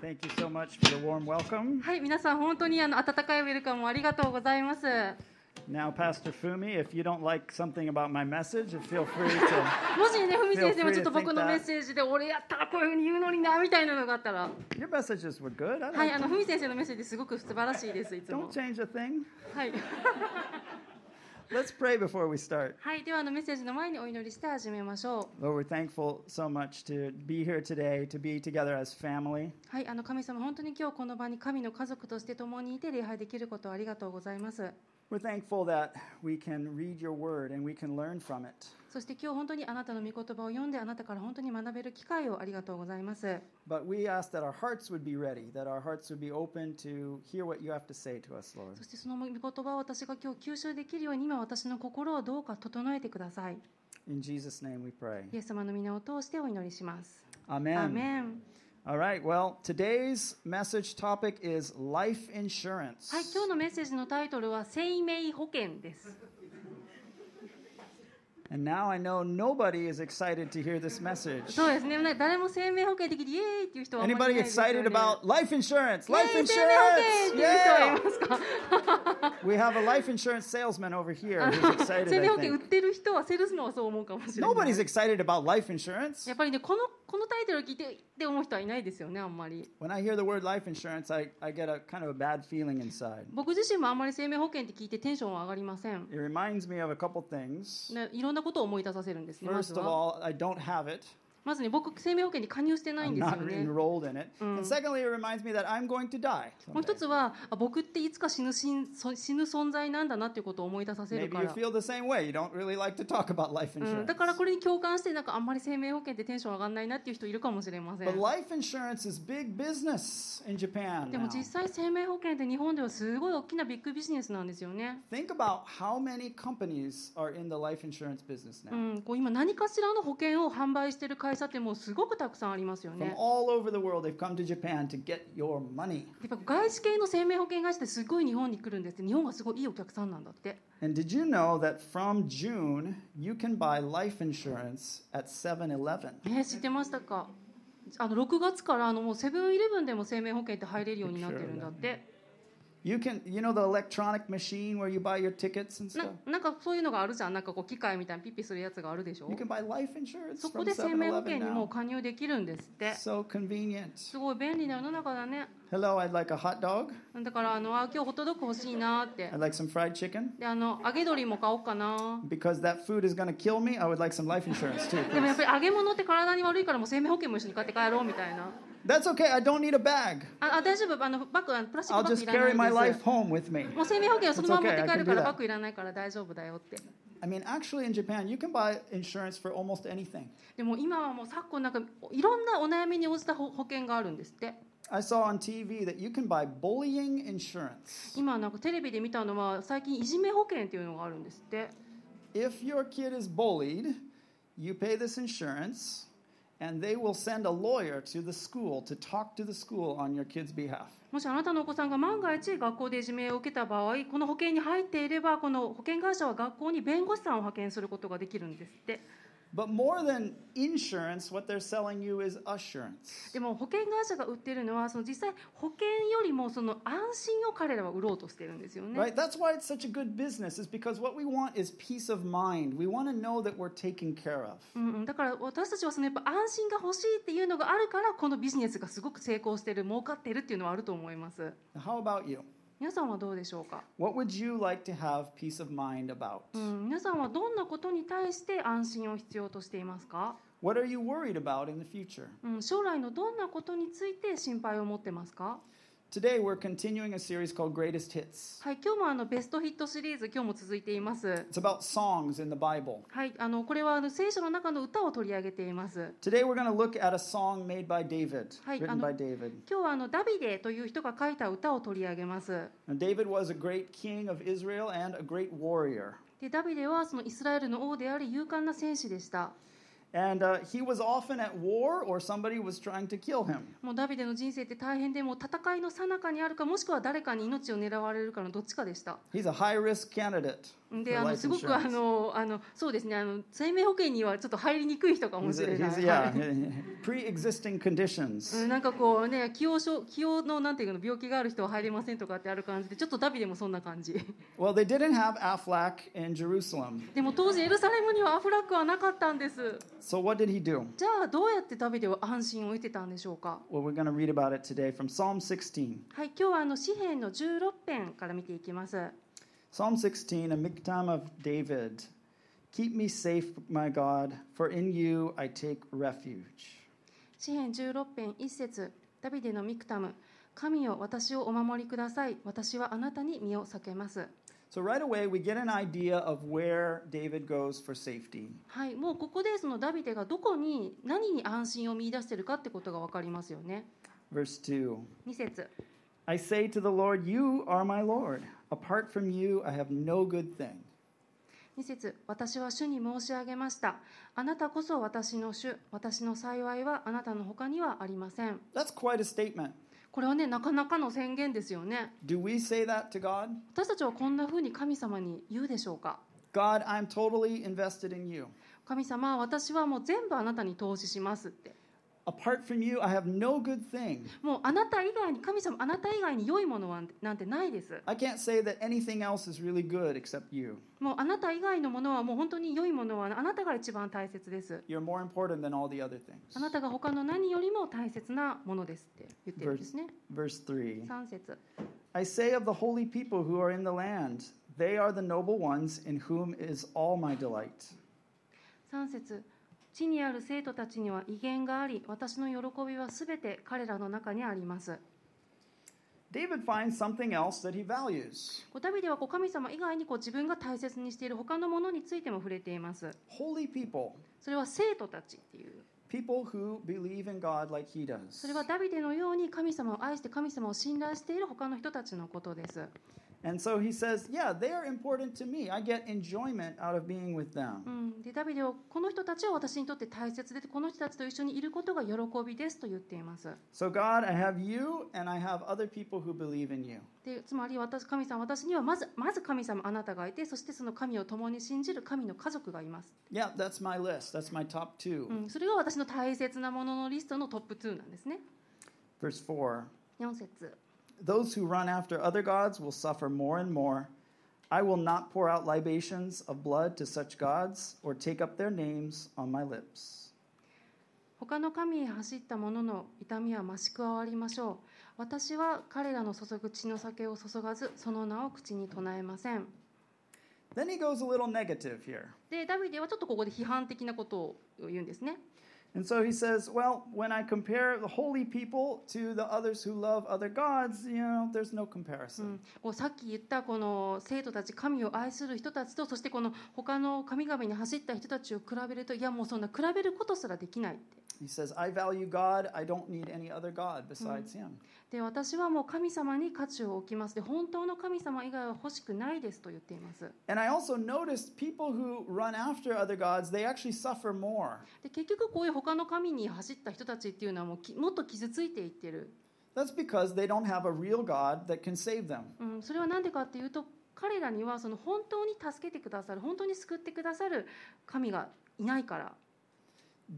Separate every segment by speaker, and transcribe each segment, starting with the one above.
Speaker 1: Thank you so much for the warm welcome.
Speaker 2: はい、皆さん本当にあの温かいウェルカムをありがとうございます。
Speaker 1: Now, Pastor Fumi, if you don't like something about my message, feel free to
Speaker 2: もしね、ふみ先生
Speaker 1: Feel free
Speaker 2: も
Speaker 1: to
Speaker 2: ちょっと僕
Speaker 1: think
Speaker 2: の
Speaker 1: that.
Speaker 2: メッセージで、俺やったらこういうふうに言うのになみたいなのがあったら、
Speaker 1: Your messages were good. I
Speaker 2: はい、
Speaker 1: don't,
Speaker 2: あのふみ先生のメッセージすごく素晴らしいです、いつも
Speaker 1: don't。change a thing.
Speaker 2: はい、
Speaker 1: Let's pray before we start.
Speaker 2: はい、ではあのメッセージの前にお祈りして始めましょ
Speaker 1: Lord, we're thankful so much to be here today, to be together as family.
Speaker 2: う。はい、あの神様、本当に今日この場に神の家族として共にいて礼拝できることをありがとうございます。
Speaker 1: We're thankful that we can read your word and we can learn from it.
Speaker 2: そして今日本当にあなたの御言葉を読んであなたから本当に学べる機会をありがとうございます。
Speaker 1: But we ask that our hearts would be ready, that our hearts would be open to hear what you have to say to us, Lord.
Speaker 2: そしてその御言葉を私が今日吸収できるように今私の心をどうか整えてください。
Speaker 1: In Jesus' name we pray.
Speaker 2: イエス様の皆を通してお祈りします。
Speaker 1: Amen.
Speaker 2: アーメン。
Speaker 1: All right, well, today's message topic is life insurance.
Speaker 2: はい、今日のメッセージのタイトルは生命保険です。
Speaker 1: And now I know nobody is excited to hear this message.
Speaker 2: そうですね。な誰も生命保険的にイエーイっていう人はあんまりいな
Speaker 1: Anybody
Speaker 2: いですよね
Speaker 1: excited about life insurance?
Speaker 2: イエー
Speaker 1: Life
Speaker 2: イ生命保
Speaker 1: insurance!
Speaker 2: 険っていう人はい
Speaker 1: Yeah!
Speaker 2: ますか？
Speaker 1: We have a life insurance salesman over here who's
Speaker 2: 生
Speaker 1: excited,
Speaker 2: 命保
Speaker 1: I
Speaker 2: 険売っ
Speaker 1: think.
Speaker 2: てる人はセールスマンはそう思うかもしれない。
Speaker 1: Nobody's excited about life insurance.
Speaker 2: やっぱりねこのこのタイトルを聞いてって思う人はいないですよねあんまり。
Speaker 1: When I hear the word life insurance, I, I get a kind of a bad feeling inside.
Speaker 2: 僕自身もあんまり生命保険って聞いてテンションは上がりません。
Speaker 1: It reminds me of a couple things.
Speaker 2: ね、いろんなことを思い出させるんですね。ま
Speaker 1: First
Speaker 2: ず
Speaker 1: of
Speaker 2: は
Speaker 1: all, I don't have it.
Speaker 2: まずね僕生命保険に加入してない
Speaker 1: I'm
Speaker 2: んですよ
Speaker 1: not
Speaker 2: ね。
Speaker 1: enrolled in it. And secondly, it reminds me that I'm going to die.
Speaker 2: もう一
Speaker 1: someday.
Speaker 2: つはあ僕っていつか死ぬしんそ死ぬ存在なんだなっていうことを思い出させる
Speaker 1: Maybe
Speaker 2: か
Speaker 1: you
Speaker 2: ら。
Speaker 1: feel the same way. You don't really like to talk about life
Speaker 2: うん
Speaker 1: insurance.
Speaker 2: だからこれに共感してなんかあんまり生命保険ってテンション上がんないなっていう人いるかもしれません
Speaker 1: But。life insurance is big business in Japan.
Speaker 2: でも
Speaker 1: now.
Speaker 2: 実際生命保険って日本ではすごい大きなビッグビジネスなんですよね。
Speaker 1: Think about how many companies are in the life insurance business
Speaker 2: う
Speaker 1: now.
Speaker 2: ん、こう今何かしらの保険を販売してる会社ってもうすごくたくさんありますよ
Speaker 1: From
Speaker 2: ね。
Speaker 1: all over the world, they've come to Japan to get your money.
Speaker 2: やっぱ外資系の生命保険会社ってすごい日本に来るんですって日本がすごいいいお客さんなんだって。
Speaker 1: And did you know that from June, you can buy life insurance at 7 Eleven?
Speaker 2: ね知ってましたかあの6月からあのもうセブンイレブンでも生命保険って入れるようになってるんだって。
Speaker 1: You can, you know, the electronic machine where you buy your tickets and
Speaker 2: な
Speaker 1: stuff?
Speaker 2: なんかそういうのがあるじゃんなんかこう機械みたいなピッピするやつがあるでしょ
Speaker 1: You can buy life insurance
Speaker 2: そこ
Speaker 1: from
Speaker 2: で生
Speaker 1: 7
Speaker 2: 命保険
Speaker 1: Eleven
Speaker 2: にもう
Speaker 1: now.
Speaker 2: 加入できるんですって。
Speaker 1: So convenient.
Speaker 2: すごい便利な世の中だね。
Speaker 1: Hello, I'd like a hot dog.
Speaker 2: だからあのあ今日ホットドッグ欲しいなって
Speaker 1: I'd like some fried chicken.
Speaker 2: であの揚げ鶏も買おうかな
Speaker 1: Because that food is going to kill me, I would like some life insurance too.
Speaker 2: でもやっぱり揚げ物って体に悪いからもう生命保険も一緒に買って帰ろうみたいな
Speaker 1: That's okay. I don't need a bag.
Speaker 2: ああ大丈夫あのバッグあのプラスチッ
Speaker 1: I'll
Speaker 2: クバッ
Speaker 1: just
Speaker 2: グいらな
Speaker 1: carry my
Speaker 2: いんで
Speaker 1: life
Speaker 2: す
Speaker 1: home with me.
Speaker 2: もう生命保険をそのまま持
Speaker 1: It's
Speaker 2: っ
Speaker 1: okay,
Speaker 2: て
Speaker 1: I
Speaker 2: 帰
Speaker 1: can
Speaker 2: る
Speaker 1: do
Speaker 2: から
Speaker 1: that.
Speaker 2: バッグいらないから大丈夫だよって
Speaker 1: I mean, actually, in Japan, you can buy insurance for almost anything.
Speaker 2: でも今はもう昨今なんかいろんなお悩みに応じた保保険があるんですって
Speaker 1: I saw on TV that you can buy bullying insurance.
Speaker 2: 今なんかテレビで見たのは最近いじめ保険っていうのがあるんですって
Speaker 1: If your kid is bullied, you pay this insurance, and they will send a lawyer to the school to talk to the school on your kid's behalf.
Speaker 2: もしあなたのお子さんが万が一学校でいじめを受けた場合この保険に入っていればこの保険会社は学校に弁護士さんを派遣することができるんですって
Speaker 1: But more than insurance, what they're selling you is assurance.
Speaker 2: でも保険会社が売ってるのはその実際保険よりもその安心を彼らは売ろうとしてるんですよね、
Speaker 1: Right? That's why it's such a good business, is because what we want is peace of mind. We want to know that we're taken care of.
Speaker 2: うんうん、だから私たちはそのやっぱ安心が欲しいっていうのがあるからこのビジネスがすごく成功してる儲かってるっていうのはあると思います
Speaker 1: How about you?
Speaker 2: 皆さんはどうでしょうか、
Speaker 1: What would you like to have peace of mind about?
Speaker 2: うん、皆さんはどんなことに対して安心を必要としていますか、
Speaker 1: What are you worried about in the future?
Speaker 2: うん、将来のどんなことについて心配を持ってますか
Speaker 1: Today, we're continuing a series called Greatest Hits.
Speaker 2: はい今日もあのベストヒットシリーズ今日も続いています
Speaker 1: It's about songs in the Bible.
Speaker 2: はいあのこれはあの聖書の中の歌を取り上げています
Speaker 1: Today, we're going to look at a song made by David,
Speaker 2: はい、
Speaker 1: written
Speaker 2: あの、
Speaker 1: by David.
Speaker 2: 今日はあのダビデという人が書いた歌を取り上げます。
Speaker 1: Now, David was a great king of Israel and a great warrior.
Speaker 2: でダビデはそのイスラエルの王であり勇敢な戦士でした。
Speaker 1: And uh, he was often at war or somebody was trying to kill him.
Speaker 2: もうダビデの人生って大変でもう戦いの最中にあるかもしくは誰かに命を狙われるかのどっちかでした。
Speaker 1: He's a high risk candidate.
Speaker 2: うんで
Speaker 1: For
Speaker 2: あの
Speaker 1: life
Speaker 2: すごくあ
Speaker 1: insurance.
Speaker 2: のあのそうですねあの生命保険にはちょっと入りにくい人かも
Speaker 1: He's
Speaker 2: し
Speaker 1: a-
Speaker 2: れない
Speaker 1: he's a- yeah,
Speaker 2: はい
Speaker 1: pre-existing conditions.
Speaker 2: うんなんかこうね気を気をのなんていうの病気がある人は入れませんとかってある感じでちょっとダビデもそんな感じ
Speaker 1: Well, they didn't have Aflac in Jerusalem.
Speaker 2: でも当時エルサレムにはアフラックはなかったんです
Speaker 1: So what did he do?
Speaker 2: じゃあどうやってダビデは安心を得てたんでしょうか
Speaker 1: Well, we're going to read about it today from Psalm 16.
Speaker 2: はい今日はあの詩篇の16編から見ていきます
Speaker 1: Psalm 16, a miktam of David. Keep me safe, my God, for in you I take refuge.
Speaker 2: 詩篇16編1節ダビデのミクタム神よ私をお守りください私はあなたに身を避けます
Speaker 1: So right away, we get an idea of where David goes for safety.
Speaker 2: はい、もうここでそのダビデがどこに何に安心を見出してるかってことが分かりますよね。
Speaker 1: Verse 2.
Speaker 2: 2節
Speaker 1: I say to the Lord, You are my Lord. Apart from you, I have no good thing.
Speaker 2: 2節私は主に申し上げました。あなたこそ私の主、私の幸いはあなたの他にはありません。
Speaker 1: That's quite a statement.
Speaker 2: これはね、なかなかの宣言ですよね。
Speaker 1: Do we say that to God?
Speaker 2: 私たちはこんな風に神様に言うでしょうか。
Speaker 1: God, I'm totally invested in you.
Speaker 2: 神様、私はもう全部あなたに投資しますって。
Speaker 1: Apart from you, I have no good thing.
Speaker 2: もうあなた以外に、神様、あなた以外に良いものはなんてないです。
Speaker 1: I can't say that anything else is really good except you.
Speaker 2: もうあなた以外のものはもう本当に良いものはあなたが一番大切です。
Speaker 1: You're more important than all the other
Speaker 2: あ
Speaker 1: things.
Speaker 2: なたが他の何よりも大切なものですって言ってるんですね。
Speaker 1: Verse 3
Speaker 2: 3節
Speaker 1: I say of the holy people who are in the land, they are the noble ones in whom is all my delight.
Speaker 2: 3節地にある生徒たちには威厳があり、私の喜びはすべて彼らの中にあります。
Speaker 1: David finds something else that he values
Speaker 2: こうダビデはこう神様以外にこう自分が大切にしている他のものについても触れています。
Speaker 1: holy people,
Speaker 2: それは生徒たちっていう。
Speaker 1: people who believe in God like he
Speaker 2: そ
Speaker 1: does.
Speaker 2: れはダビデのように神様を愛して神様を信頼している他の人たちのことです。
Speaker 1: And so he says, Yeah, they are important to me. I get enjoyment out of being with
Speaker 2: う
Speaker 1: them.
Speaker 2: ん、でダビデはこの人たちは私にとって大切でこの人たちと一緒にいることが喜びですと言っています。
Speaker 1: So, God, I have you, and I have other people who believe in you.
Speaker 2: でつまり私神様私にはまずまず神様あなたがいてそしてその神を共に信じる神の家族がいます、
Speaker 1: Yeah, that's my list. That's my top 2.
Speaker 2: うん、それが私の大切なもののリストのトップ2なんですね
Speaker 1: Verse 4
Speaker 2: 4節
Speaker 1: Those who run after other gods will suffer more and more. I will not pour out libations of blood to such gods or take up their names on my lips.
Speaker 2: 他の神へ走った者の痛みは増し加わりましょう私は彼らの注ぐ血の酒を注がずその名を口に唱えません
Speaker 1: Then he goes a little negative here.
Speaker 2: でダビデはちょっとここで批判的なことを言うんですね
Speaker 1: And so he says, Well, when I compare the holy people to the others who love other gods, you know, there's no
Speaker 2: う
Speaker 1: comparison.
Speaker 2: ん、こうさっき言ったこの生徒たち神を愛する人たちとそしてこの他の神々に走った人たちを比べるといやもうそんな比べることすらできないって
Speaker 1: He says, I value God. I don't need any other God besides him.
Speaker 2: で私はもう神様に価値を置きますで本当の神様以外は欲しくないですと言っています
Speaker 1: And I also noticed people who run after other gods, they actually suffer more.
Speaker 2: で結局こういう他の神に走った人たちっていうのはもうきもっと傷ついていってる、
Speaker 1: That's because they don't have a real God that can save them.
Speaker 2: うん、それは何でかっていうと彼らにはその本当に助けてくださる本当に救ってくださる神がいないから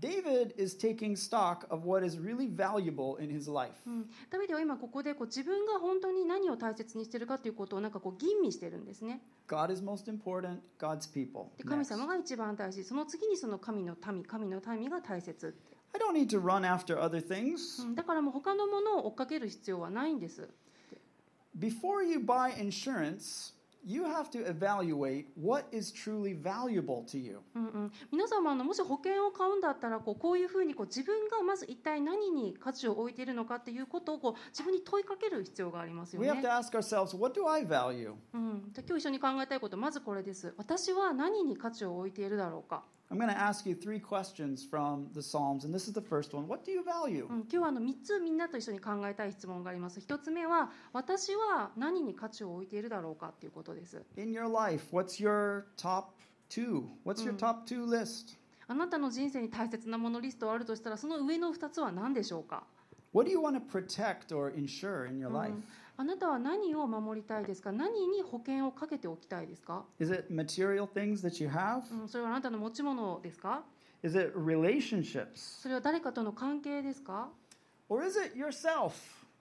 Speaker 1: David is taking stock of what is really valuable in his life.
Speaker 2: うん、ダビデは今ここでこう自分が本当に何を大切にしてるかということをなんかこう吟味してるんですね。
Speaker 1: God is most important, God's people.
Speaker 2: で
Speaker 1: Next.
Speaker 2: 神様が一番大事その次にその神の民神の民が大切って、
Speaker 1: I don't need to run after other things.
Speaker 2: うん、だからもう他のものを追っかける必要はないんです。
Speaker 1: Before you buy insurance, you have to evaluate what is truly valuable to you.
Speaker 2: うんうん、皆様あのもし保険を買うんだったらこうこういうふうにこう自分がまず一体何に価値を置いているのかっていうことをこう自分に問いかける必要がありますよ
Speaker 1: We have
Speaker 2: ね
Speaker 1: to。ask ourselves, what do I value?
Speaker 2: うん、じゃあ今日一緒に考えたいことまずこれです。私は何に価値を置いているだろうか。
Speaker 1: I'm going to ask you three questions from the Psalms, and this is the first one. What do you value?
Speaker 2: うん、今日はあの3つみんなと一緒に考えたい質問があります1つ目は私は何に価値を置いているだろうかということです
Speaker 1: In your life, what's your top two? What's your
Speaker 2: Mm.
Speaker 1: top two list?
Speaker 2: あなたの人生に大切なものリストがあるとしたらその上の2つは何でしょうか、
Speaker 1: What do you want to protect or insure in your
Speaker 2: うん
Speaker 1: life?
Speaker 2: あなたは何を守りたいですか何に保険をかけておきたいですか、
Speaker 1: Is it material things that you have?
Speaker 2: うん、それはあなたの持ち物ですか
Speaker 1: Is it relationships?
Speaker 2: それは誰かとの関係ですか
Speaker 1: Or is it yourself?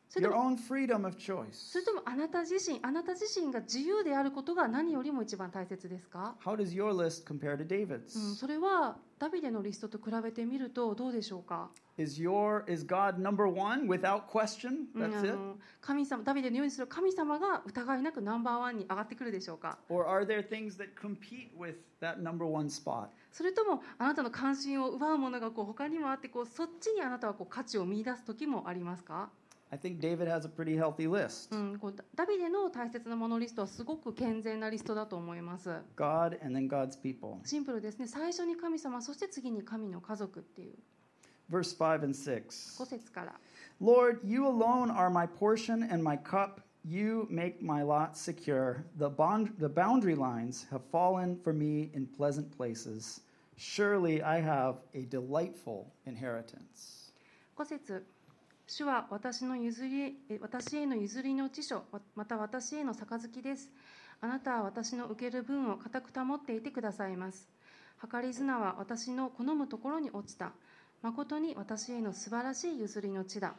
Speaker 2: それ
Speaker 1: Your
Speaker 2: とも
Speaker 1: own freedom of choice?
Speaker 2: それともあなた自身あなた自身が自由であることが何よりも一番大切ですか、
Speaker 1: How does your list compare to
Speaker 2: うん
Speaker 1: David's?
Speaker 2: それはダビデのリストと比べてみるとどうでしょうか、
Speaker 1: Is your is God number one without question?
Speaker 2: うん
Speaker 1: That's
Speaker 2: あ
Speaker 1: it.
Speaker 2: の神様ダビデのようにする神様が疑いなくナンバーワンに上がってくるでしょうか
Speaker 1: Or are there things that compete with that number one spot?
Speaker 2: それともあなたの関心を奪うものがこう他にもあってこうそっちにあなたはこう価値を見出す時もありますか、
Speaker 1: I think David has a pretty healthy list.
Speaker 2: うん、こうダダビデの大切なものリストはすごく健全なリストだと思います
Speaker 1: God and then God's people.
Speaker 2: シンプルですね最初に神様そして次に神の家族っていう
Speaker 1: Verse 5 and 6.
Speaker 2: 5節から
Speaker 1: Lord, you alone are my portion and my cup. You make my lot secure. The, bond, the boundary lines have fallen for me in pleasant places. Surely I have a delightful inheritance.
Speaker 2: 5節主は私の譲りえ私への譲りの知書わまた私への杯ですあなたは私の受ける分を固く保っていてくださいます計り綱は私の好むところに落ちた誠に私への素晴らしい譲りの地だ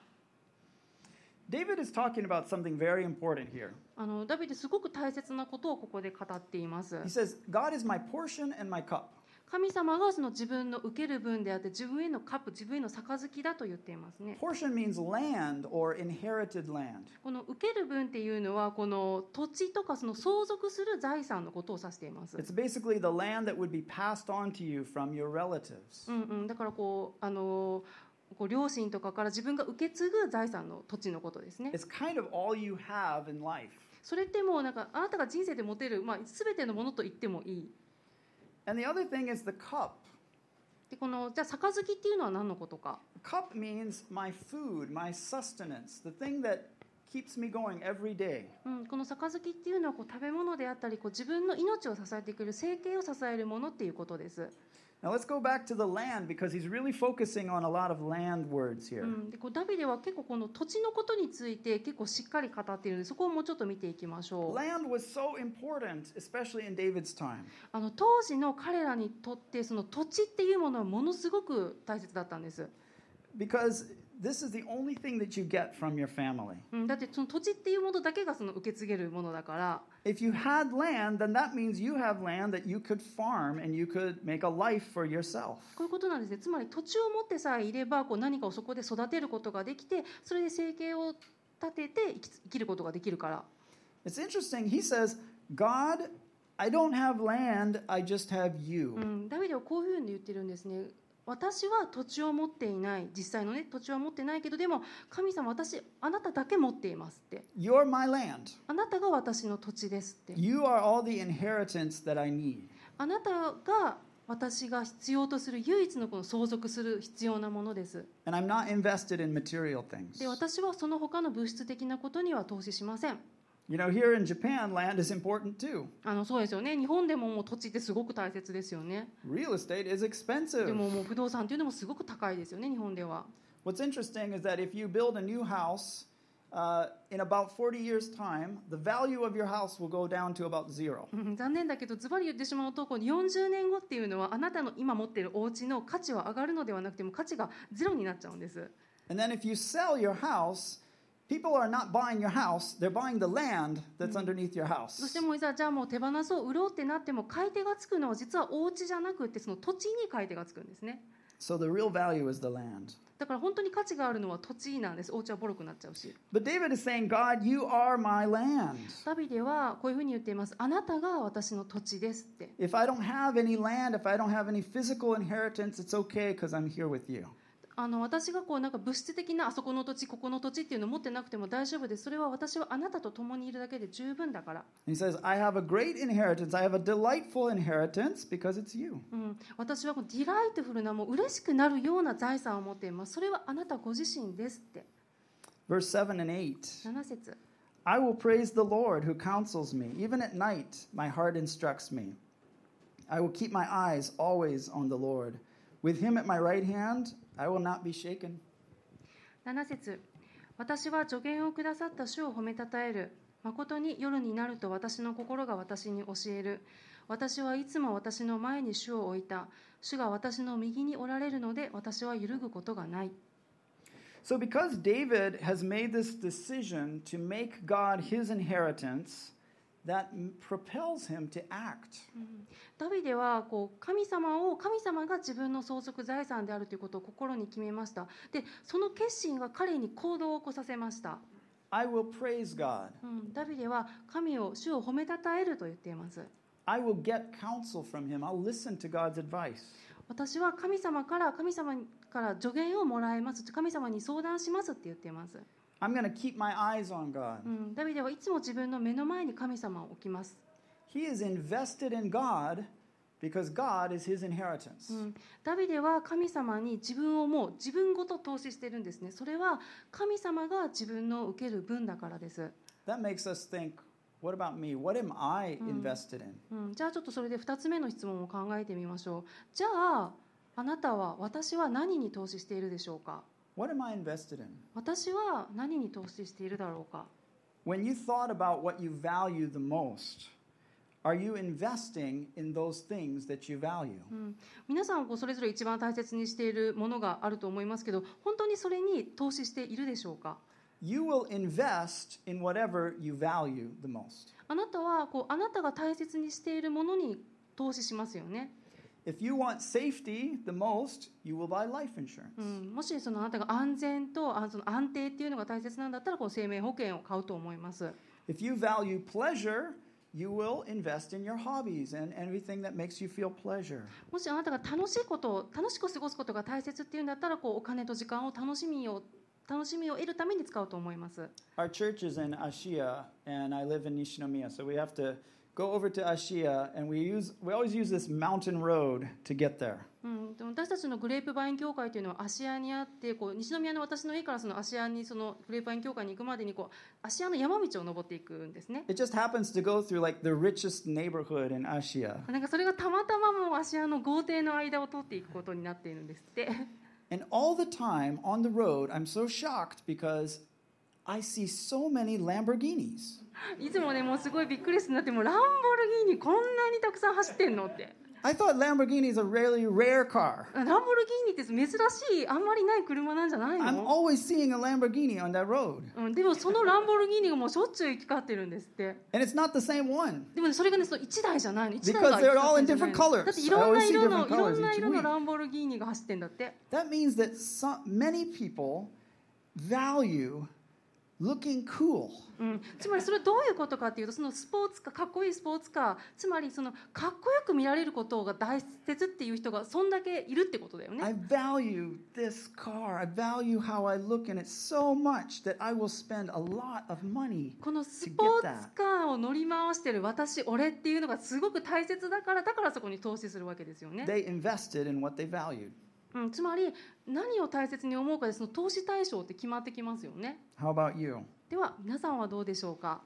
Speaker 1: David is talking about something very important here.
Speaker 2: あのダビデすごく大切なことをここで語っています
Speaker 1: He says, God is my portion and my cup.
Speaker 2: 神様がその自分の受ける分であって自分へのカップ自分への杯だと言っていますね
Speaker 1: Portion means land or inherited land.
Speaker 2: この受ける分っていうのはこの土地とかその相続する財産のことを指しています
Speaker 1: It's basically the land that would be passed on to you from your relatives.
Speaker 2: うんうん、だからこう、あのーこう両親とかから自分が受け継ぐ財産の土地のことですね。
Speaker 1: It's kind of all you have in life.
Speaker 2: それってもうなんかあなたが人生で持てる、まあ、全てのものと言ってもいい。
Speaker 1: And the other thing is the cup.
Speaker 2: でこのじゃあ杯っていうのは何のことか
Speaker 1: Cup means my food, my sustenance, the thing that keeps me going every day.
Speaker 2: うん、この杯っていうのはこう食べ物であったりこう自分の命を支えてくれる生計を支えるものっていうことです、
Speaker 1: Now let's go back to the land because he's really focusing on a lot of land words here.
Speaker 2: うん、でこうダビデは結構この土地のことについて結構しっかり語っているのでそこをもうちょっと見ていきましょう。
Speaker 1: Land was so important, especially in David's time.
Speaker 2: あの当時の彼らにとってその土地っていうものはものすごく大切だったんです、
Speaker 1: Because this is the only thing that you get from your family.
Speaker 2: うん、だってその土地っていうものだけがその受け継げるものだから
Speaker 1: If you had land, then that means you have land that you could farm and you could make a life for yourself.
Speaker 2: こういうことなんですねつまり土地を持ってさえいればこう何かをそこで育てることができてそれで生計を立てて生き生きることができるから
Speaker 1: It's interesting. He says, God, I don't have land, I just have
Speaker 2: う
Speaker 1: you.
Speaker 2: ん、ダビデはこういうふうに言ってるんですね。私は土地を持っていない実際のね土地は持ってないけどでも神様私あなただけ持っていますって
Speaker 1: You're my land.
Speaker 2: あなたが私の土地ですって
Speaker 1: You are all the inheritance that I need.
Speaker 2: あなたが私が必要とする唯一のこの相続する必要なものです。
Speaker 1: And I'm not invested in material things.
Speaker 2: で私はその他の物質的なことには投資しません。
Speaker 1: You know, here in Japan, land is important too.
Speaker 2: あのそうですよね日本でももう土地ってすごく大切ですよね
Speaker 1: Real estate is
Speaker 2: で
Speaker 1: expensive.
Speaker 2: ももう不動産っていうのもすごく高いですよね日本では
Speaker 1: What's interesting is that if you build a new house, uh, in about 40 years' time, the value of your house will go down to about zero.
Speaker 2: うん残念だけどズバリ言ってしまうとこの40年後っていうのはあなたの今持ってるお家の価値は上がるのではなくてもう価値がゼロになっちゃうんです
Speaker 1: And then if you sell your house, people are not buying your house, they're buying the land that's underneath your
Speaker 2: そし
Speaker 1: house.
Speaker 2: てもういざじゃあもう手放そう売ろうってなっても買い手がつくのは実はお家じゃなくってその土地に買い手がつくんですね
Speaker 1: So the real value is the land.
Speaker 2: だから本当に価値があるのは土地なんですお家はボロくなっちゃうし
Speaker 1: But David is saying, God, you are my land.
Speaker 2: ダビデはこういうふうに言っていますあなたが私の土地ですって
Speaker 1: If I don't have any land, if I don't have any physical inheritance, it's okay because I'm here with you.
Speaker 2: あの私がこうなんか物質的なあそこの土地ここの土地っていうのを持ってなくても大丈夫ですそれは私はあなたと共にいるだけで十分だから、
Speaker 1: And he says, I have a great inheritance. I have a delightful inheritance because it's you.
Speaker 2: うん、私はこのディライトフルなもう嬉しくなるような財産を持っていますそれはあなたご自身ですって
Speaker 1: Verse 7 and 8.
Speaker 2: 7節
Speaker 1: I will praise the Lord who counsels me. Even at night, my heart instructs me. I will keep my eyes always on the Lord. With him at my right hand, I will not be shaken.
Speaker 2: 7節私は助言をくださった主を褒めたたえる。誠に夜になると私の心が私に教える。私はいつも私の前に主を置いた。主が私の右におられるので私は揺るぐことがない。
Speaker 1: So, because David has made this decision to make God his inheritance, that m- propels him to act.
Speaker 2: ダビデはこう神様を神様が自分の相続財産であるということを心に決めましたでその決心が彼に行動を起こさせました、
Speaker 1: I will praise God.
Speaker 2: うん、ダビデは神を主を褒めたたえると言っています
Speaker 1: I will get counsel from him. I'll listen to God's advice.
Speaker 2: 私は神様から神様から助言をもらえます神様に相談しますって言っています、
Speaker 1: I'm going to keep my eyes on God.
Speaker 2: うん、ダビデはいつも自分の目の前に神様を置きます、
Speaker 1: He is invested in God because God is his inheritance.
Speaker 2: うん、ダビデは神様に自分をもう自分ごと投資してるんですねそれは神様が自分の受ける分だからです
Speaker 1: That makes us think what about me? What am I invested in?
Speaker 2: うん、じゃあちょっとそれで2つ目の質問を考えてみましょうじゃああなたは私は何に投資しているでしょうか
Speaker 1: What am I invested in?
Speaker 2: 私は何に投資しているだろうか
Speaker 1: When you thought about what you value the most, are you investing in those things that you value?
Speaker 2: 皆さんこうそれぞれ一番大切にしているものがあると思いますけど本当にそれに投資しているでしょうか
Speaker 1: You will invest in whatever you value the most.
Speaker 2: あなたはこうあなたが大切にしているものに投資しますよね、
Speaker 1: If you want safety the most, you will buy life
Speaker 2: う
Speaker 1: insurance.
Speaker 2: ん、もしそのあなたが安全とあその安定っていうのが大切なんだったらこう生命保険を買うと思います
Speaker 1: If you value pleasure, you will invest in your hobbies and everything that makes you feel pleasure.
Speaker 2: もしあなたが楽しいことを楽しく過ごすことが大切っていうんだったらこうお金と時間を楽しみを楽しみを得るために使うと思います、
Speaker 1: Our church is in Ashia, and I live in Nishinomiya, so we have to go over to Ashia, and we use we always use this mountain road to get there.
Speaker 2: うん、でも私たちのグレープバイン協会というのは芦屋にあってこう西宮の私の家からその芦屋にそのグレープバイン協会に行くまでにこう芦屋の山道を登っていくんですね
Speaker 1: It just happens to go through like the richest neighborhood in Ashia,
Speaker 2: なんかそれがたまたまもう芦屋の豪邸の間を通っていくことになっているんですって
Speaker 1: and all the time on the road, I'm so shocked because I see so many Lamborghinis.
Speaker 2: いつもねもうすごいびっくりするなってもうランボルギーニこんなにたくさん走ってんのって。
Speaker 1: I thought Lamborghini is a really rare car.
Speaker 2: ランボルギーニって珍しいあんまりない車なんじゃないの
Speaker 1: I'm always seeing a Lamborghini on that road,
Speaker 2: うん、でもそのランボルギーニがもうしょっちゅう行き交ってるんですって。
Speaker 1: and it's not the same one.
Speaker 2: でもね、それがね、その1台じゃないの。1
Speaker 1: Because
Speaker 2: 台が
Speaker 1: they're all in
Speaker 2: 一台じゃな
Speaker 1: different
Speaker 2: い
Speaker 1: colors.
Speaker 2: のだっていろんな
Speaker 1: I always see
Speaker 2: 色
Speaker 1: different
Speaker 2: の、い
Speaker 1: colors
Speaker 2: ろんな
Speaker 1: each
Speaker 2: 色
Speaker 1: week.
Speaker 2: のランボルギーニが走ってんだって。
Speaker 1: That means that so many people value looking cool.
Speaker 2: うん、つまりそれはどういうことかっていうと、そのスポーツカー、かっこいいスポーツカー、つまりそのかっこよく見られることが大切っていう人がそんだけいるってことだよね。
Speaker 1: I value this car. I value how I look in it so much that I will spend a lot of money.
Speaker 2: このスポーツカーを乗り回してる私、俺っていうのがすごく大切だから、だからそこに投資するわけですよね。
Speaker 1: They invested in what they valued.
Speaker 2: うん、つまり何を大切に思うかでその投資対象って決まってきますよね
Speaker 1: How about you?
Speaker 2: では皆さんはどうでしょうか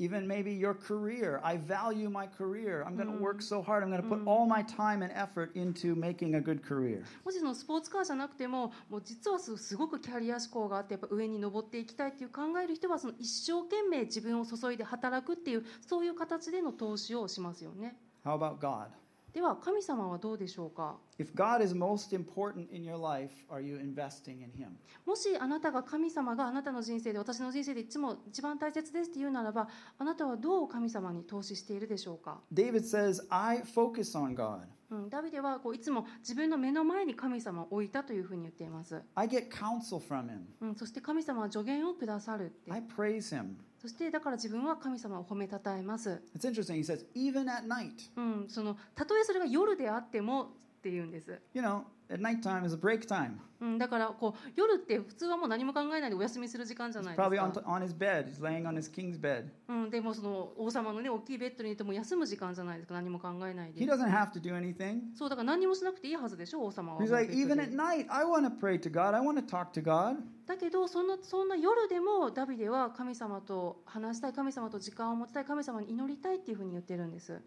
Speaker 1: Even maybe your career. I value my career. I'm going to work so hard. I'm going to put all my time and effort into making a good career.
Speaker 2: もしそのスポーツカーじゃなくてももう実はすすごくキャリア志向があってやっぱ上に上っていきたいっていう考える人はその一生懸命自分を注いで働くっていうそういう形での投資をしますよね
Speaker 1: How about God?
Speaker 2: では神様はどうでしょうか
Speaker 1: If God is most important in your life, are you investing in Him?
Speaker 2: もしあなたが神様があなたの人生で私の人生でいつも一番大切ですって言うならばあなたはどう神様に投資しているでしょうか
Speaker 1: David says, I focus on God.
Speaker 2: うん、ダビデはこういつも自分の目の前に神様を置いたというふうに言っています、
Speaker 1: I get counsel from him.
Speaker 2: うん、そして神様は助言をくださるって
Speaker 1: I praise him.
Speaker 2: そしてだから自分は神様を褒めたたえます、
Speaker 1: It's interesting. He says, even at night,
Speaker 2: うん、そのたとえそれが夜であってもっていうんです、
Speaker 1: you know, at nighttime is a break time.
Speaker 2: うん、だからこう夜って普通はもう何も考えないでお休みする時間じゃ
Speaker 1: He's
Speaker 2: ないです
Speaker 1: probably on,
Speaker 2: か、
Speaker 1: on his bed. He's laying on his king's bed.
Speaker 2: うん、でもその王様のね大きいベッドにいても休む時間じゃないですか何も考えない
Speaker 1: He
Speaker 2: で
Speaker 1: doesn't have to do anything.
Speaker 2: そうだから何もしなくていいはずでしょ王様は
Speaker 1: He's
Speaker 2: もうベ
Speaker 1: like,
Speaker 2: ッド
Speaker 1: even
Speaker 2: で
Speaker 1: at night, I want to pray to God. I want to talk to God.
Speaker 2: だけどそんなそんな夜でもダビデは神様と話したい神様と時間を持ちたい神様に祈りたいっていうふうに言ってるんです、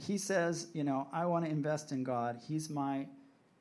Speaker 1: He says, you know, I want to invest in God. He's my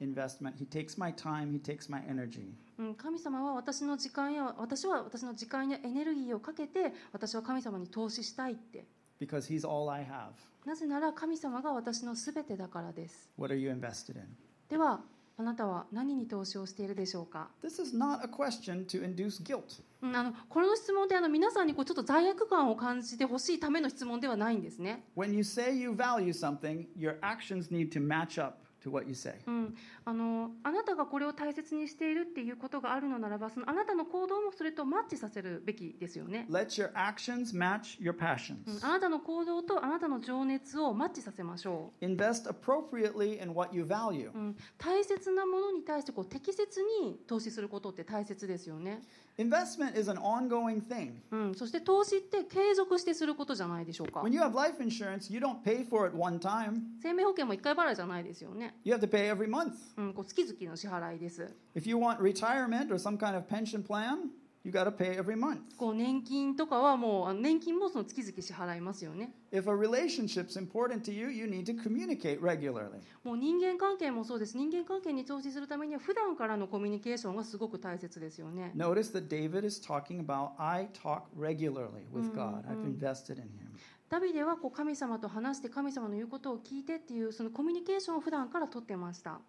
Speaker 1: investment. He takes my time, He takes my energy.
Speaker 2: うん神様は私の時間や私は私の時間やエネルギーをかけて私は神様に投資したいって
Speaker 1: because he's all I have.
Speaker 2: なぜなら神様が私のすべてだからです
Speaker 1: What are you invested in?
Speaker 2: ではあなたは何に投資をしているでしょうか
Speaker 1: This is not a question to induce guilt.
Speaker 2: うんあのこの質問ってあの皆さんにこうちょっと罪悪感を感じてほしいための質問ではないんですね、
Speaker 1: When you say you value something, your actions need to match up to what you say.
Speaker 2: うん、あのあなたがこれを大切にしているっていうことがあるのならばそのあなたの行動もそれとマッチさせるべきですよね、
Speaker 1: Let your actions match your
Speaker 2: うん
Speaker 1: passions.
Speaker 2: あなたの行動とあなたの情熱をマッチさせましょ
Speaker 1: Invest appropriately in what you value.
Speaker 2: う、うん、大切なものに対してこう適切に投資することって大切ですよね、
Speaker 1: Investment is an ongoing thing.
Speaker 2: うん、そして投資って継続してすることじゃないでしょうか
Speaker 1: When you have life insurance, you don't pay for it one time,
Speaker 2: 生命保険も1回払いじゃないですよね
Speaker 1: you have to pay every month.
Speaker 2: うん、こう月々の支払いです。
Speaker 1: If you want retirement or some kind of pension plan, you got to pay every month.
Speaker 2: こう年金とかはもうあの年金もその月々支払いますよね。
Speaker 1: If a relationship's important to you, you need to communicate regularly.
Speaker 2: もう人間関係もそうです。人間関係に投資するためには普段からのコミュニケーションがすごく大切ですよね。
Speaker 1: Notice that David is talking about I talk regularly with God. I've invested in him.
Speaker 2: ダビデはこう神様と話して神様の言うことを聞いてっていうそのコミュニケーションを普段から取ってました。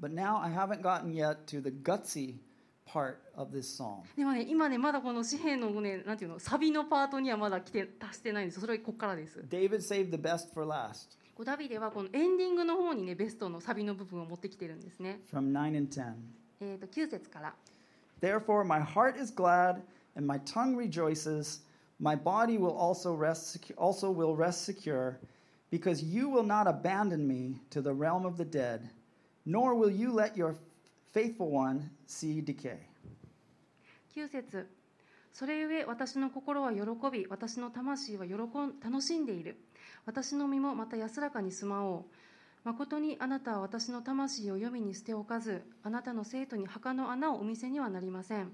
Speaker 1: But now I haven't gotten yet to the gutsy part of this psalm.
Speaker 2: でもね今ねまだこの紙幣のねなんていうのサビのパートにはまだ来て達してないんです。それはここからです。
Speaker 1: David saved the best for last
Speaker 2: こうダビデはこのエンディングの方にねベストのサビの部分を持ってきてるんですね。
Speaker 1: from 9 and 10.
Speaker 2: えっ、と9節から。
Speaker 1: Therefore, my heart is glad and my tongue rejoices. My body will also rest secu- also will rest secure, because you will not abandon me to the realm of the dead, nor will you let your faithful one see decay.
Speaker 2: 9節それゆえ私の心は喜び私の魂は喜ん楽しんでいる私の身もまた安らかに住まおう誠にあなたは私の魂を読みに捨ておかずあなたの生徒に墓の穴をお見せにはなりません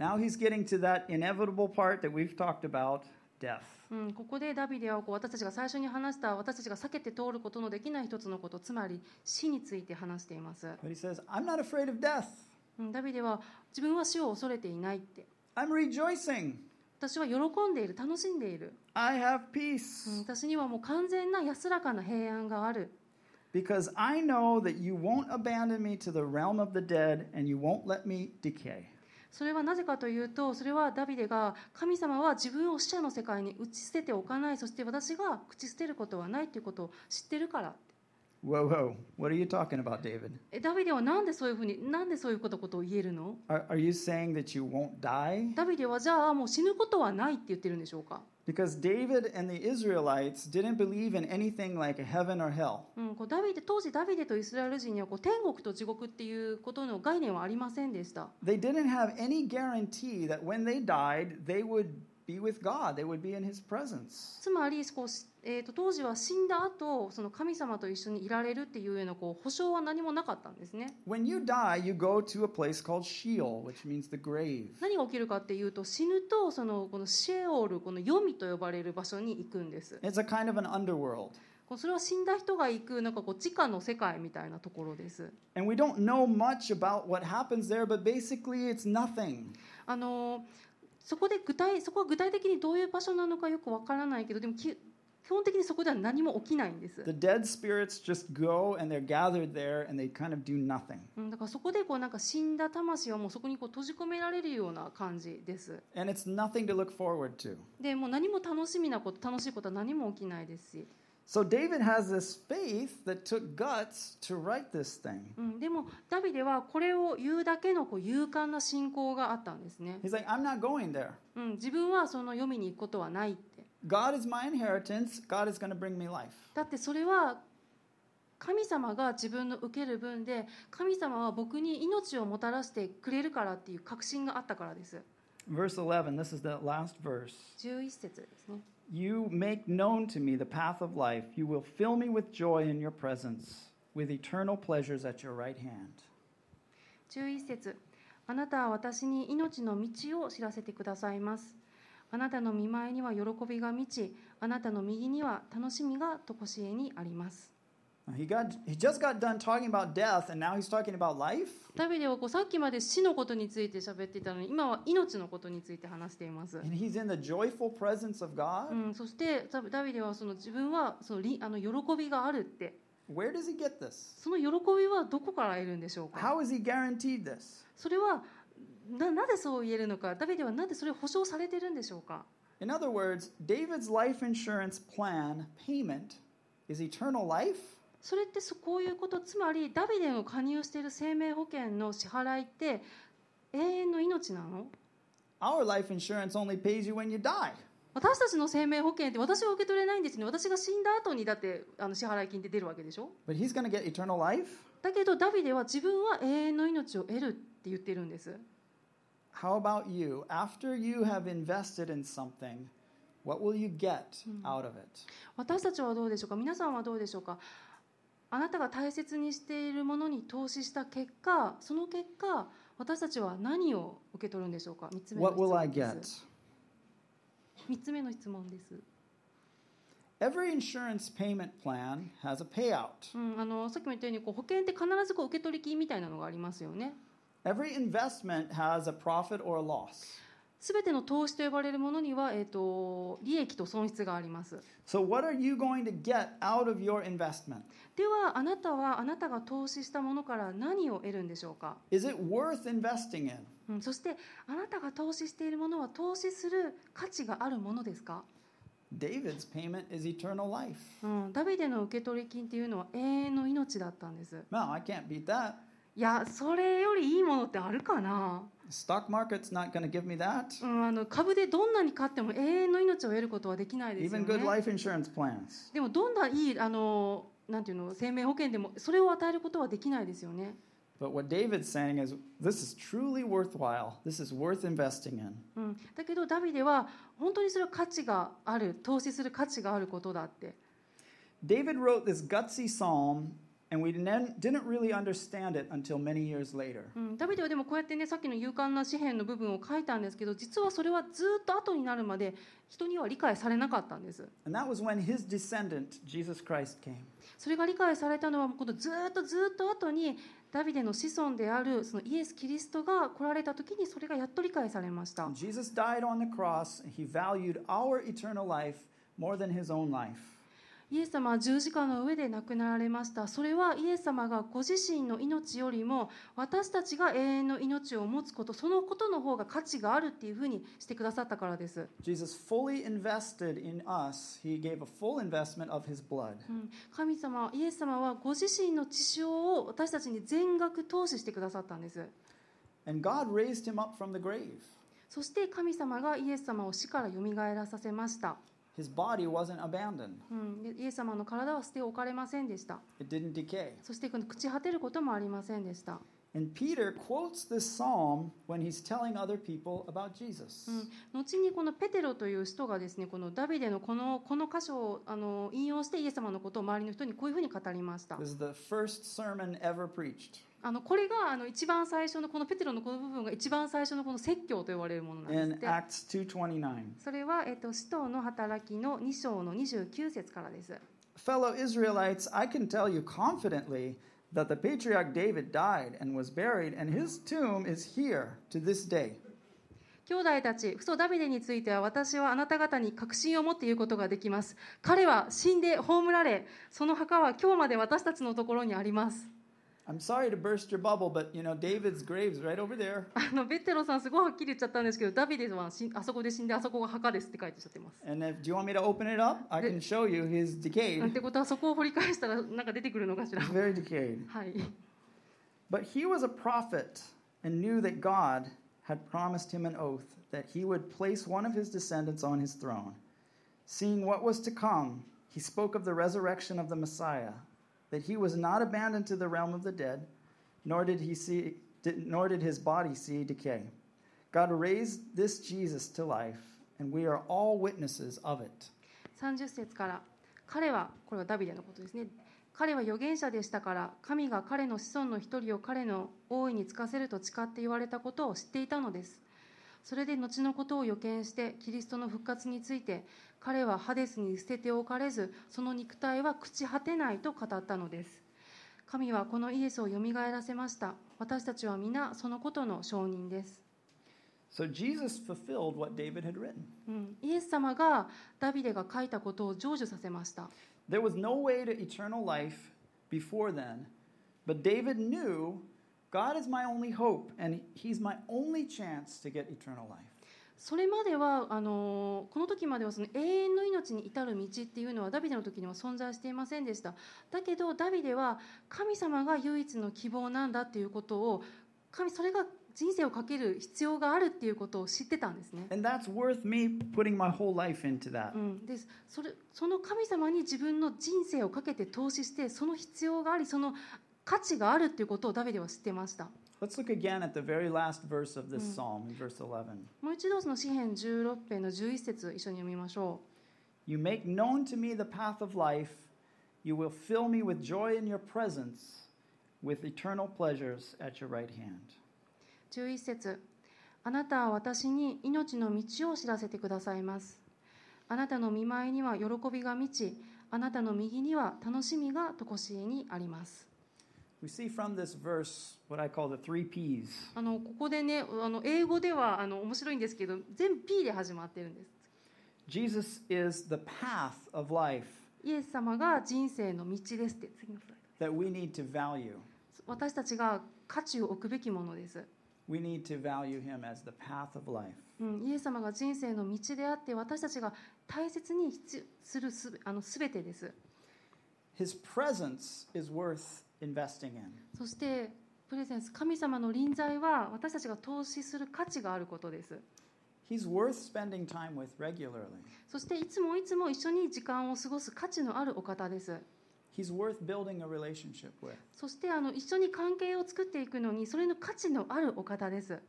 Speaker 1: Now he's getting to that inevitable part that we've talked about death.
Speaker 2: うん、ここでダビデはこう私たちが最初に話した私たちが避けて通ることのできない一つのことつまり死について話しています、
Speaker 1: But he says, I'm not afraid of death.
Speaker 2: うん、ダビデは自分は死を恐れていないって
Speaker 1: I'm rejoicing.
Speaker 2: 私は喜んでいる楽しんでいる、
Speaker 1: I have
Speaker 2: うん、
Speaker 1: peace
Speaker 2: 私にはもう完全な安らかな平安がある
Speaker 1: because I know that you won't abandon me to the realm of the dead and you won't let me decay.
Speaker 2: それはなぜかというとそれはダビデが神様は自分を死者の世界に打ち捨てておかないそして私が朽ち捨てることはないということを知ってるから
Speaker 1: Whoa, whoa. What are you talking about, David?
Speaker 2: えダビデはなんでそういうふうになんでそういうことことを言えるの
Speaker 1: Are, are you saying that you won't die?
Speaker 2: ダビデはじゃあもう死ぬことはないって言ってるんでしょうか、
Speaker 1: Because David and the Israelites didn't believe in anything like heaven or hell.
Speaker 2: うん、こうダビデ当時ダビデとイスラエル人にはこう天国と地獄っていうことの概念はありませんでした
Speaker 1: They didn't have any guarantee that when they died, they would be with God, they would be in his presence.
Speaker 2: つまりこう、しえー、と当時は死んだ後その神様と一緒にいられるっていうようなこう保証は何もなかったんですね
Speaker 1: When you die, you go to a place called Sheol, which means the grave.
Speaker 2: 何が起きるかっていうと死ぬとそのこのシェオールこの黄泉と呼ばれる場所に行くんです
Speaker 1: It's a kind of an underworld.
Speaker 2: こうそれは死んだ人が行くなんかこう地下の世界みたいなところです
Speaker 1: And we don't know much about what happens there, but basically it's nothing.
Speaker 2: あのーそこで具体そこは具体的にどういう場所なのかよくわからないけどでもき基本的にそこでは何も起きないんです、
Speaker 1: The dead spirits just go and they're gathered there and they kind of do nothing.
Speaker 2: うん、だからそこでこうなんか死んだ魂はもうそこにこう閉じ込められるような感じです
Speaker 1: And it's nothing to look forward to.
Speaker 2: でもう何も楽しみなこと楽しいことは何も起きないですし
Speaker 1: So David has this faith that took guts to write this thing.
Speaker 2: うん、でもダビデはこれを言うだけのこう勇敢な信仰があったんですね、
Speaker 1: He's like, I'm not going there.
Speaker 2: うん、自分はその読みに行くことはないって
Speaker 1: God is my inheritance. God is going to bring me life.
Speaker 2: だってそれは神様が自分の受ける分で神様は僕に命をもたらしてくれるからっていう確信があったからです
Speaker 1: Verse 11, this is the last verse.
Speaker 2: 11節ですね
Speaker 1: You make known to me the path of life. You will fill me with joy in your presence, with eternal pleasures at your right hand.
Speaker 2: 11節あなたは私に命の道を知らせてくださいますあなたの見舞いには喜びが満ちあなたの右には楽しみがとこしえにあります
Speaker 1: Uh, He got he just got done talking about death and now he's talking about life.
Speaker 2: ダビデはこうさっきまで死のことについて喋っていたのに今は命のことについて話しています、
Speaker 1: And he's in the joyful presence of
Speaker 2: う
Speaker 1: God.
Speaker 2: ん、そしてダダビデはその自分はそのりあの喜びがあるって
Speaker 1: Where does he get this?
Speaker 2: その喜びはどこから得るんでしょうか
Speaker 1: How is he guaranteed this?
Speaker 2: それはななぜそう言えるのかダビデはなぜそれを保証されてるんでしょうか
Speaker 1: In other words, David's life insurance plan payment is eternal life
Speaker 2: それってそこういうことつまりダビデの加入している生命保険の支払いって永遠の命なの
Speaker 1: Our life insurance only pays you when you die.
Speaker 2: 私たちの生命保険って私は受け取れないんですね私が死んだ後にだってあの支払い金って出るわけでしょ
Speaker 1: But he's going to get eternal life.
Speaker 2: だけどダビデは自分は永遠の命を得るって言ってるんです
Speaker 1: How about you? After you have invested in something, what will you get out of it?
Speaker 2: 私たちはどうでしょうか皆さんはどうでしょうかあなたが大切にしているものに投資した結果その結果私たちは何を受け取るんでしょうか3つ目の
Speaker 1: What
Speaker 2: 質
Speaker 1: will I
Speaker 2: 問
Speaker 1: get?
Speaker 2: です3つ目の質問です、
Speaker 1: Every insurance payment plan has a payout.
Speaker 2: うん、あのさっきも言ったようにこう保険って必ずこう受け取り金みたいなのがありますよね
Speaker 1: Every investment has a profit or a loss.
Speaker 2: すべての投資と呼ばれるものには、えー、と利益と損失があります
Speaker 1: So, what are you going to get out of your investment?
Speaker 2: ではあなたはあなたが投資したものから何を得るんでしょうか、
Speaker 1: Is it worth investing in?
Speaker 2: うん、そしてあなたが投資しているものは投資する価値があるものですか、
Speaker 1: David's payment is eternal life.
Speaker 2: うん、ダビデの受け取り金っていうのは永遠の命だったんです
Speaker 1: No, I can't beat that.
Speaker 2: いやそれよりいいものってあるかな、
Speaker 1: The stock market's not going to give me that.
Speaker 2: うん、あの株でどんなに買っても永遠の命を得ることはできないですよ
Speaker 1: Even good
Speaker 2: ね
Speaker 1: life insurance plans.
Speaker 2: でもどんないいあのなんていうの生命保険でもそれを与えることはできないですよね
Speaker 1: But what David's saying is this is truly worthwhile. This is worth investing in.
Speaker 2: うん、だけどダビデは本当にそれは価値がある投資する価値があることだって
Speaker 1: David wrote this gutsy psalm, and we didn't didn't really understand it until many years later.
Speaker 2: うん、ダビデはでもこうやってねさっきの勇敢な詩篇の部分を書いたんですけど実はそれはずっと後になるまで人には理解されなかったんです
Speaker 1: And that was when his descendant, Jesus Christ, came.
Speaker 2: それが理解されたのはこのずっとずっと後にダビデの子孫であるそのイエス・キリストが来られた時にそれがやっと理解されました
Speaker 1: When Jesus died on the cross, and he valued our eternal life more than his own life.
Speaker 2: イエス様は十字架の上で亡くなられましたそれはイエス様がご自身の命よりも私たちが永遠の命を持つことそのことの方が価値があるっていうふうにしてくださったからです、
Speaker 1: Jesus fully invested in us, he gave a full investment of his blood.
Speaker 2: うん神様はイエス様はご自身の血潮を私たちに全額投資してくださったんです
Speaker 1: And God raised him up from the grave.
Speaker 2: そして神様がイエス様を死からよみがえらさせました、
Speaker 1: His body wasn't abandoned,
Speaker 2: うんでイエス様の体は捨て置かれませんでした
Speaker 1: it didn't decay.
Speaker 2: そしてこの朽ち果てることもありませんでした
Speaker 1: And Peter quotes this psalm when he's telling other people about Jesus.
Speaker 2: うん後にこのペテロという人がですねこのダビデのこのこの箇所をあの引用してイエス様のことを周りの人にこういうふうに語りました
Speaker 1: This is the first sermon ever preached.
Speaker 2: あのこれがあの一番最初のこのペテロのこの部分が一番最初のこの説教と呼ばれるものなんですっ
Speaker 1: in
Speaker 2: て
Speaker 1: Acts 2:29.
Speaker 2: それは、えっと使徒の働きの2章の29節からです
Speaker 1: Fellow Israelites, I can tell you confidently that the patriarch David died and was buried and his tomb is here to this day.
Speaker 2: 兄弟たち、父祖ダビデについては私はあなた方に確信を持って言うことができます。彼は死んで葬られ、その墓は今日まで私たちのところにあります。
Speaker 1: I'm sorry to burst your bubble, but you know David's grave's right over there
Speaker 2: あのベテロさん、すごいはっきり言っちゃったんですけど、ダビデは死んあそこで死んで、あそこが墓ですって書いてちゃってます。
Speaker 1: and if do you want me to open it up? I can show you he's
Speaker 2: なん
Speaker 1: decayed.
Speaker 2: てことは、そこを掘り返したら、なんか出てくるのかしら。
Speaker 1: He's
Speaker 2: は
Speaker 1: very decayed.
Speaker 2: い、
Speaker 1: But he was a prophet and knew that God had promised him an oath that he would place one of his descendants on his throne. Seeing what was to come, he spoke of the resurrection of the Messiah, that he was not abandoned to the realm of the dead, nor did he see did, nor did his body see decay. God raised this Jesus to life, and we are all witnesses of it.
Speaker 2: 30節から、彼は、これはダビデのことですね。彼は預言者でしたから、神が彼の子孫の一人を彼の大いにつかせると誓って言われたことを知っていたのです。それで後のことを予見して、キリストの復活について、彼はハデスに捨てておかれずその肉体は朽ち果てないと語ったのです神はこのイエスをよみがえらせました私たちは皆そのことの証人です、
Speaker 1: So Jesus fulfilled what David had written.
Speaker 2: うん、イエス様がダビデが書いたことを成就させました
Speaker 1: There was no way to eternal life before then, but David knew God is my only hope and he's my only chance to get eternal life.
Speaker 2: それまではあのこの時まではその永遠の命に至る道っていうのはダビデの時には存在していませんでしただけどダビデは神様が唯一の希望なんだっていうことを神それが人生をかける必要があるっていうことを知ってたんですね、
Speaker 1: And that's worth me putting my whole life into that.
Speaker 2: うん、ですそれその神様に自分の人生をかけて投資してその必要がありその価値があるっていうことをダビデは知ってました
Speaker 1: Let's look again at the very last verse of this
Speaker 2: Mm.
Speaker 1: psalm, in verse 11.
Speaker 2: もう一度その詩篇16編の11節一緒に読みましょう
Speaker 1: You make known to me the path of life. You will fill me with joy in your presence, with eternal pleasures at your right hand.
Speaker 2: 11節あなたは私に命の道を知らせてくださいます。あなたの見舞いには喜びが満ち、あなたの右には楽しみが常しえにあります。
Speaker 1: We see from this verse what I call the three P's
Speaker 2: あのここでね、あの英語ではあの面白いんですけど、全部 P で始まってるんです。
Speaker 1: Jesus is the path of life
Speaker 2: イエス様が人生の道ですって次のスライ
Speaker 1: that we need to value.
Speaker 2: ド。私たちが価値を置くべきものです。
Speaker 1: We need to value him as the path of life.
Speaker 2: うん、イエス様が人生の道であって、私たちが大切に必するすべあの全てです。
Speaker 1: His presence is worth investing in.
Speaker 2: そしてプレゼンス神様の臨在は私たちが投資する価値があることです
Speaker 1: He's worth spending time with regularly.
Speaker 2: そしていつもいつも一緒に時間を過ごす価値のあるお方です
Speaker 1: He's worth building a relationship with.
Speaker 2: そしてあの一緒に関係を作っていくのにそれの価値のあるお方です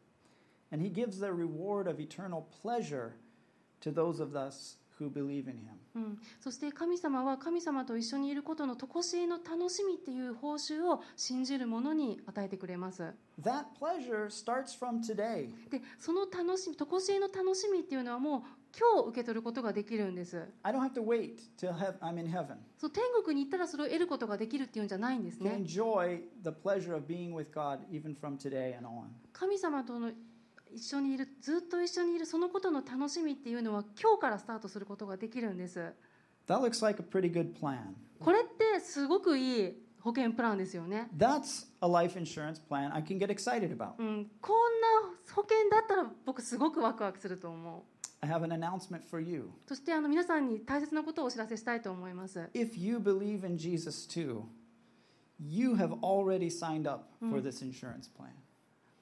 Speaker 1: And he gives the reward of eternal pleasure to those of us who believe in him.
Speaker 2: うん、そして神様は神様と一緒にいることの常しえの楽しみっていう報酬を信じる者に与えてくれます
Speaker 1: That pleasure starts from today.
Speaker 2: でその楽しみ常しえの楽しみっていうのはもう今日受け取ることができるんです
Speaker 1: I don't have to wait till hev- I'm in heaven
Speaker 2: そう天国に行ったらそれを得ることができるっていうんじゃないんです
Speaker 1: to
Speaker 2: ね
Speaker 1: enjoy the pleasure of being with God even from today and on.
Speaker 2: 神様との一緒にいるずっと一緒にいるそのことの楽しみっていうのは今日からスタートすることができるんです
Speaker 1: That looks like a pretty good plan.
Speaker 2: これってすごくいい保険プランですよね、
Speaker 1: That's a life insurance plan I can get excited about.
Speaker 2: うん、こんな保険だったら僕すごくワクワクすると思
Speaker 1: I have an announcement for you.
Speaker 2: うそしてあの皆さんに大切なことをお知らせしたいと思います
Speaker 1: If you believe in Jesus too, you have already signed up for
Speaker 2: Mm.
Speaker 1: this insurance plan.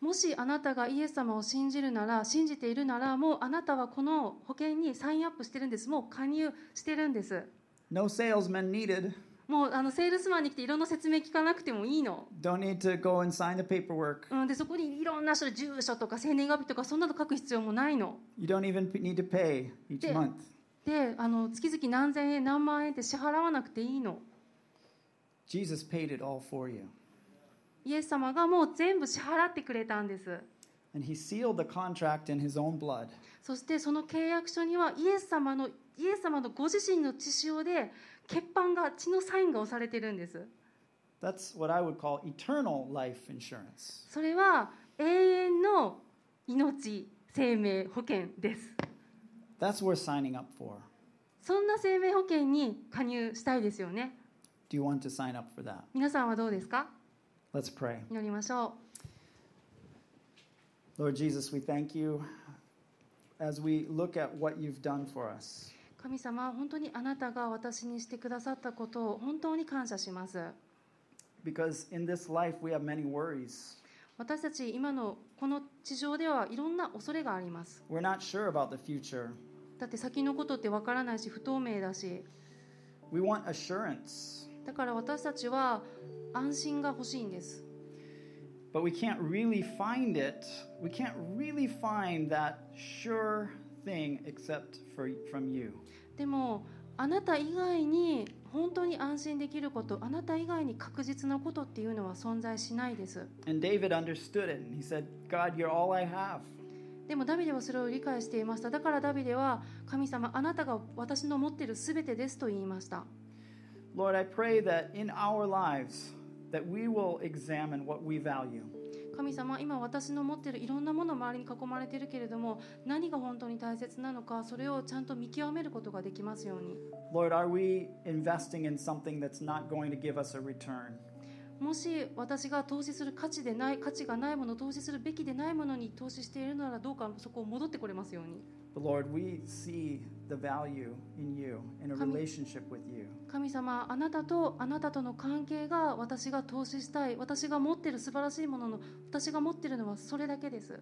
Speaker 2: もしあなたがイエス様を信じるなら信じているならもうあなたはこの保険にサインアップしてるんですもう加入してるんです
Speaker 1: No salesman needed.
Speaker 2: もうあのセールスマンに来ていろんな説明聞かなくてもいいの
Speaker 1: Don't need to go and sign the paperwork.
Speaker 2: うん、でそこにいろんな人で住所とか生年月日とかそんなの書く必要もないの
Speaker 1: You don't even p- need to pay each
Speaker 2: Yeah.
Speaker 1: month.
Speaker 2: であの月々何千円何万円って支払わなくていいの
Speaker 1: Jesus paid it all for you.
Speaker 2: イエス様がもう全部支払ってくれたんです
Speaker 1: And he sealed the contract in his own blood.
Speaker 2: そしてその契約書にはイエス様のイエス様のご自身の血潮で血板が血のサインが押されてるんです
Speaker 1: That's what I would call eternal life insurance.
Speaker 2: それは永遠の命生命保険です
Speaker 1: That's worth signing up for.
Speaker 2: そんな生命保険に加入したいですよね
Speaker 1: Do you want to sign up for that?
Speaker 2: 皆さんはどうですか
Speaker 1: Let's pray.
Speaker 2: 祈りましょう
Speaker 1: Lord Jesus, we thank you as we look at what you've done for us.
Speaker 2: 神様本当にあなたが私にしてくださったことを本当に感謝します
Speaker 1: Because in this life, we have many worries.
Speaker 2: 私たち今のこの地上ではいろんな恐れがあります
Speaker 1: We're not sure about the future.
Speaker 2: だって先のことってわからないし不透明だし
Speaker 1: We want assurance,
Speaker 2: だから私たちは安心が欲しいんです
Speaker 1: but we can't really find it. We can't really find that sure thing except for, from you.
Speaker 2: でもあなた以外に本当に安心できることあなた以外に確実なことっていうのは存在しないです
Speaker 1: And David understood it and he said, God, you're all I have.
Speaker 2: でもダビデはそれを理解していましただからダビデは神様あなたが私の持っているすべてですと言いました
Speaker 1: Lord, I pray that in our lives that we will examine what we value.
Speaker 2: 神様今私の持っているいろんなもの周りに囲まれているけれども何が本当に大切なのかそれをちゃんと見極めることができますように
Speaker 1: Lord, are we investing in something that's not going to give us a return?
Speaker 2: もし私が投資する価値でない価値がないもの投資するべきでないものに投資しているならどうかそこを戻ってこれますように
Speaker 1: But Lord, we see the value in you, in a
Speaker 2: Kami-
Speaker 1: relationship with you.
Speaker 2: 神様あなたとあなたとの関係が私が投資したい私が持っている素晴らしいものの私が持っているのはそれだけです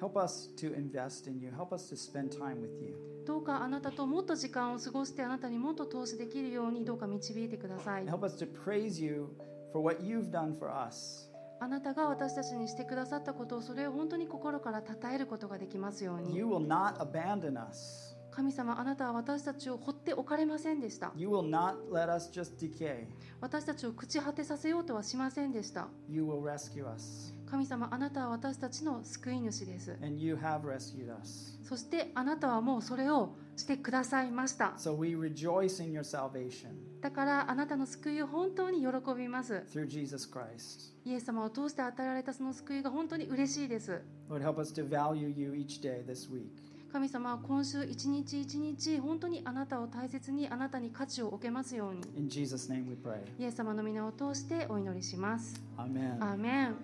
Speaker 1: Help us to invest in you. Help us to spend time with you.
Speaker 2: どうかあなたともっと時間を過ごしてあなたにもっと投資できるようにどうか導いてください
Speaker 1: And help us to praise you for what you've done for us.
Speaker 2: あなたが私たちにしてくださったことをそれを本当に心から称えることができますように
Speaker 1: You will not abandon us.
Speaker 2: 神様あなたは私たちを放っておかれませんでした
Speaker 1: You will not let us just decay.
Speaker 2: 私たちを朽ち果てさせようとはしませんでした
Speaker 1: You will rescue us.
Speaker 2: 神様あなたは私たちの救い主です
Speaker 1: And you have rescued us.
Speaker 2: そしてあなたはもうそれをしてくださいました
Speaker 1: So we rejoice in your salvation
Speaker 2: だからあなたの救いを本当に喜びます
Speaker 1: through Jesus Christ.
Speaker 2: イエス様を通して与えられたその救いが本当に嬉しいです
Speaker 1: Lord, help us to value you each day this week.
Speaker 2: 神様は今週一日一日本当にあなたを大切にあなたに価値を置けますように
Speaker 1: In Jesus' name we pray.
Speaker 2: イエス様の皆を通してお祈りします。
Speaker 1: Amen.
Speaker 2: アーメン。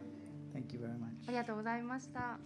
Speaker 1: Thank you very much.
Speaker 2: ありがとうございました。